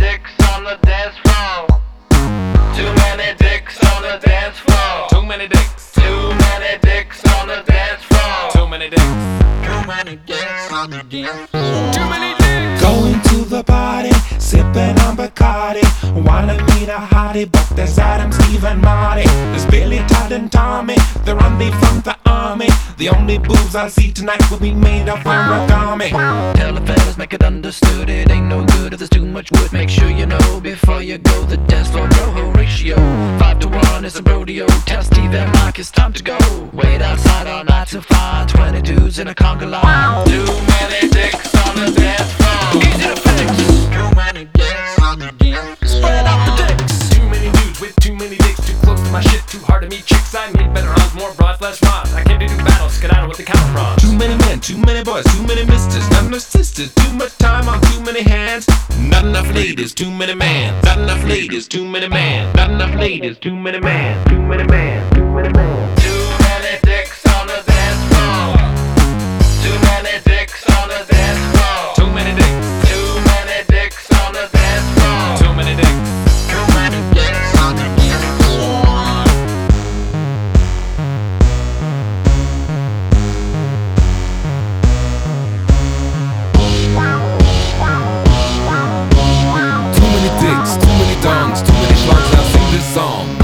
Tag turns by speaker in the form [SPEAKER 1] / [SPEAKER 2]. [SPEAKER 1] on the dance floor. Too many dicks on the dance floor.
[SPEAKER 2] Too many dicks.
[SPEAKER 1] Too many dicks on the dance floor.
[SPEAKER 2] Too many dicks.
[SPEAKER 1] Too many dicks on the dance floor.
[SPEAKER 2] Too many dicks.
[SPEAKER 3] Going to the party, sipping on Bacardi. Wanna meet a hottie, but there's Adam, Steve, and Marty. There's Billy, Todd, and Tommy. They're on the from the army. The only boobs I'll see tonight will be made of origami.
[SPEAKER 4] Tell the fellas, make it understood. It ain't no good if there's too much wood. Make sure you know before you go. The dance floor roho ratio. Five to one is a rodeo. Tell Steve and Mike it's time to go. Wait outside all night to find 20 dudes in a conga line.
[SPEAKER 1] Too many dicks on the dance floor.
[SPEAKER 4] Easy to fix.
[SPEAKER 1] Too many dicks on the dance floor.
[SPEAKER 4] Spread out the dicks.
[SPEAKER 2] Too many dudes with too many dicks. Too close to my shit. Too hard to meet chicks. I need better odds, more broads, less rods. I came to do battle. Skedaddle with the cattle prods.
[SPEAKER 3] Too many men, too many boys, too many misters, not enough sisters, too much time on too many hands. Not enough ladies, too many men, not enough ladies, too many men, not enough ladies, too many men, too many men, too many men.
[SPEAKER 1] Too many dicks on the dance floor. Too many dicks on the dance floor.
[SPEAKER 2] Too many dicks.
[SPEAKER 1] Too many dicks on the dance floor.
[SPEAKER 2] Too many dicks.
[SPEAKER 1] Too many dicks on the dance floor.
[SPEAKER 5] Too many dicks, too many dongs, too many schlongs. Now sing this song.